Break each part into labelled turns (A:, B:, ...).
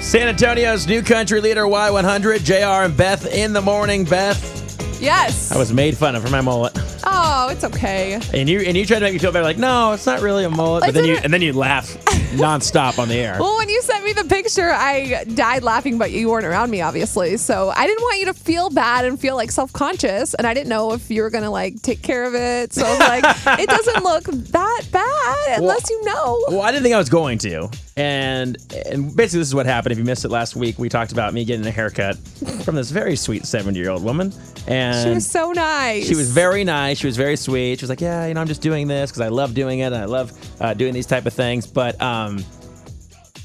A: San Antonio's new country leader, Y100, JR and Beth in the morning. Beth,
B: Yes.
A: I was made fun of for my mullet.
B: Oh, it's okay.
A: And you and you tried to make me feel better, like, no, it's not really a mullet. But
B: It's
A: then you
B: not-
A: and then you laugh nonstop on the air.
B: Well, when you sent me the picture, I died laughing, but you weren't around me, obviously. So I didn't want you to feel bad and feel like self conscious. And I didn't know if you were going to like take care of it. So I was like, it doesn't look that bad unless you know.
A: Well, I didn't think I was going to. And and basically this is what happened. If you missed it last week, we talked about me getting a haircut from this very sweet 70-year-old woman. And
B: She was so nice.
A: She was very nice. She was very sweet. She was like, "Yeah, you know, I'm just doing this because I love doing it and I love uh, doing these type of things." But um,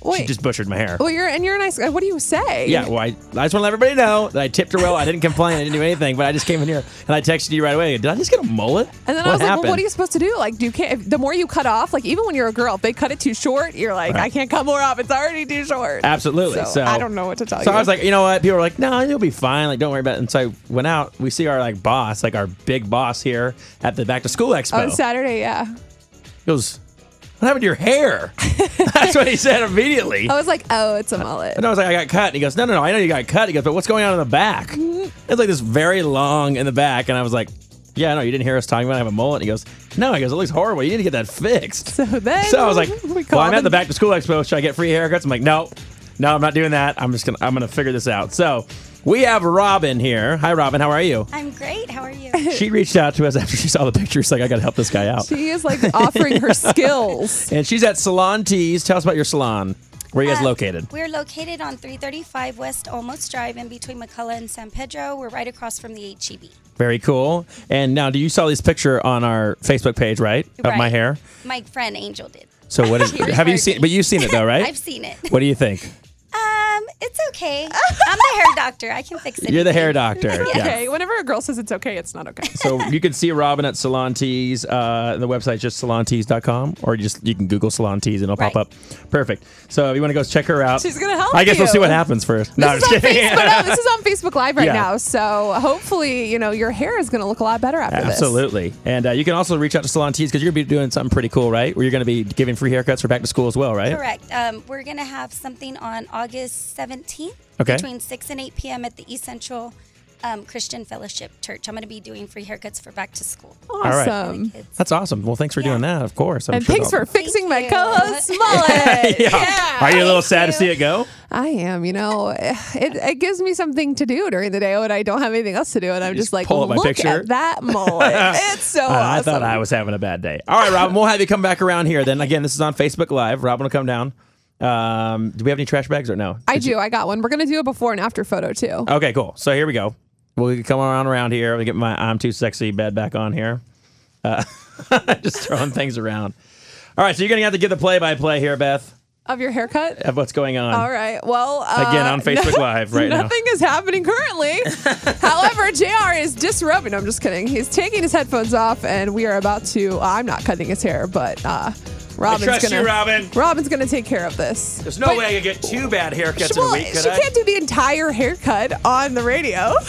A: she
B: Wait.
A: just butchered my hair.
B: well, you're and you're a nice guy. What do you say?
A: Yeah, well, I, I just want to let everybody know that I tipped her well. I didn't complain. I didn't do anything, but I just came in here and I texted you right away. Did I just get a mullet?
B: And then I was like, well, what are you supposed to do? Like, do you can't, if- the more you cut off, like, even when you're a girl, if they cut it too short, you're like, I can't cut more off. It's already too short.
A: Absolutely. So,
B: I don't know what to tell
A: So
B: you.
A: I was like, you know what? People were like, no, you'll be fine. Like, don't worry about it. And so I went out. We see our like boss, like our big boss here at the back to school expo.
B: on Saturday, yeah.
A: He goes, what happened to your hair? That's what he said immediately.
B: I was like, oh, it's a mullet.
A: And I was like, I got cut. And he goes, No, no, no, I know you got cut. He goes, But what's going on in the back?
B: Mm-hmm.
A: It's like this very long in the back. And I was like, Yeah, no, you didn't hear us talking about it. I have a mullet. And he goes, No, he goes, It looks horrible. You need to get that fixed.
B: So then
A: So I was like,
B: we
A: Well, I'm
B: called
A: at the
B: and-
A: back to school expo. Should I get free haircuts? I'm like, No, no, I'm not doing that. I'm just gonna I'm gonna figure this out. So we have Robin here. Hi Robin, how are you?
C: I'm great. How are you?
A: She reached out to us after she saw the pictures, like I gotta help this guy out.
B: She is like offering her skills.
A: And she's at Salon Tees. Tell us about your salon. Where are you guys
C: Uh,
A: located?
C: We're located on 335 West Olmos Drive in between McCullough and San Pedro. We're right across from the E HEB.
A: Very cool. And now, do you saw this picture on our Facebook page, right? Of my
C: Right.
A: hair.
C: My friend Angel did.
A: So what is?
C: Here's
A: have you
C: Barbie.
A: seen? But you've seen it though, right?
C: I've seen it.
A: What do you think?
C: Um, it's okay. I'm the hair doctor. I can fix it.
A: You're the hair doctor.
B: Okay, whenever a girl says it's okay, it's not okay.
A: So you can see Robin at Salon Tees. Uh, the website's just salontees.com, or you just you can Google Salon Tees and it'll pop
C: Right.
A: up. Perfect. So if you want to go check her out,
B: She's gonna help
A: I guess we'll
B: you.
A: see what happens first. No, I'm
B: This is,
A: just
B: on
A: kidding.
B: Facebook, no, this is on Facebook Live right
A: Yeah.
B: now, so hopefully, you know, your hair is going to look a lot better after this.
A: Absolutely. And uh, you can also reach out to Salon Tees because you're gonna be doing something pretty cool, right? Where you're gonna be giving free haircuts for back to school as well, right?
C: Correct. Um, we're going to have something on August 17th
A: Okay.
C: between 6 and 8 p.m. at the East Central um, Christian Fellowship Church. I'm going to be doing free haircuts for back to school.
A: right.
B: Awesome.
C: Kids.
A: That's awesome. Well, thanks for doing that. Of course. I'm
B: And
A: sure
B: thanks
A: they'll-
B: for fixing my
C: you.
B: co-host mullet.
A: yeah. Are you a little
C: Thank
A: sad to
C: you.
A: see it go?
B: I am, you know, it, it gives me something to do during the day when I don't have anything else to do, and I'm
A: just
B: just like,
A: pull up my
B: look
A: picture."
B: at that mullet. it's so
A: Uh,
B: Oh, awesome.
A: I thought I was having a bad day. All right, Robin, we'll have you come back around here. Then again, this is on Facebook Live. Robin will come down. Um, do we have any trash bags or no?
B: I do. I got one. We're gonna do a before and after photo too.
A: Okay, cool. So here we go. We'll come around around here. We get my I'm too sexy bed back on here. Uh, just throwing things around. All right, so you're gonna have to give the play by play here, Beth,
B: of your haircut.
A: of what's going on.
B: All right. Well, uh,
A: Again on Facebook Live right now.
B: nothing is happening currently. However, Jr. is disrobing. I'm just kidding. He's taking his headphones off, and we are about to. uh, I'm not cutting his hair, but uh, Robin's
A: trust
B: gonna.
A: you, Robin.
B: Robin's gonna take care of this.
A: There's no
B: But-
A: way I could get two bad haircuts
B: well,
A: in a week. Could
B: she
A: I?
B: can't do the entire haircut on the radio.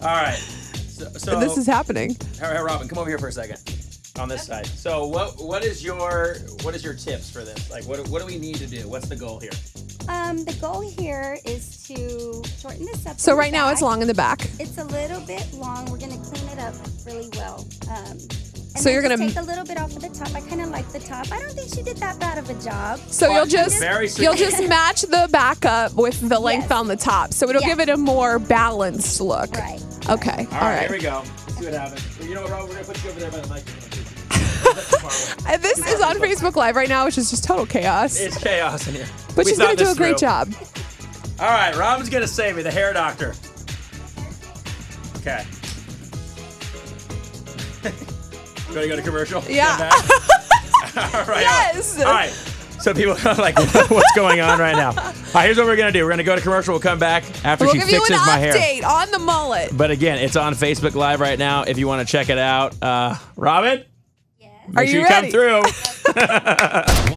A: All right. So, so
B: this is happening.
A: All right, Robin, come over here for a second. On this side. So, what what is your what is your tips for this? Like, what what do we need to do? What's the goal here?
C: Um, the goal here is to shorten this up.
B: So
C: in the
B: right now it's
C: back.
B: long in the back.
C: It's a little bit long. We're gonna clean it up really well. Um, and
B: So
C: then
B: you're
C: just
B: gonna-
C: take a little bit off of the top. I kind of like the top. I don't think she did that bad of a job.
B: So
A: Oh,
B: you'll
A: she's
B: just
A: very sweet.
B: you'll just match the back up with the length
C: Yes.
B: on the top. So it'll
C: Yeah.
B: give it a more balanced look.
C: Right.
B: Okay. All right.
A: here we go. Let's see what happens. Well, you know what, Robin? We're gonna put you over there by the microphone.
B: And this is on Facebook Live right now, which is just total chaos.
A: It's chaos in here.
B: but
A: We
B: she's
A: thought
B: gonna do
A: this
B: a great
A: through.
B: job.
A: All right, Robin's gonna save me, the hair doctor. Okay. you wanna go to commercial?
B: Yeah.
A: Come back? All right.
B: Yes.
A: All right. So people are like, what's going on right now? All right, here's what we're gonna do. We're gonna go to commercial. We'll come back after
B: We'll
A: she
B: give you
A: fixes
B: an
A: my hair.
B: update on the mullet.
A: But again, it's on Facebook Live right now. If you want to check it out, uh, Robin,
C: Yeah.
B: Are
A: make
B: you
A: sure you
B: ready?
A: come through.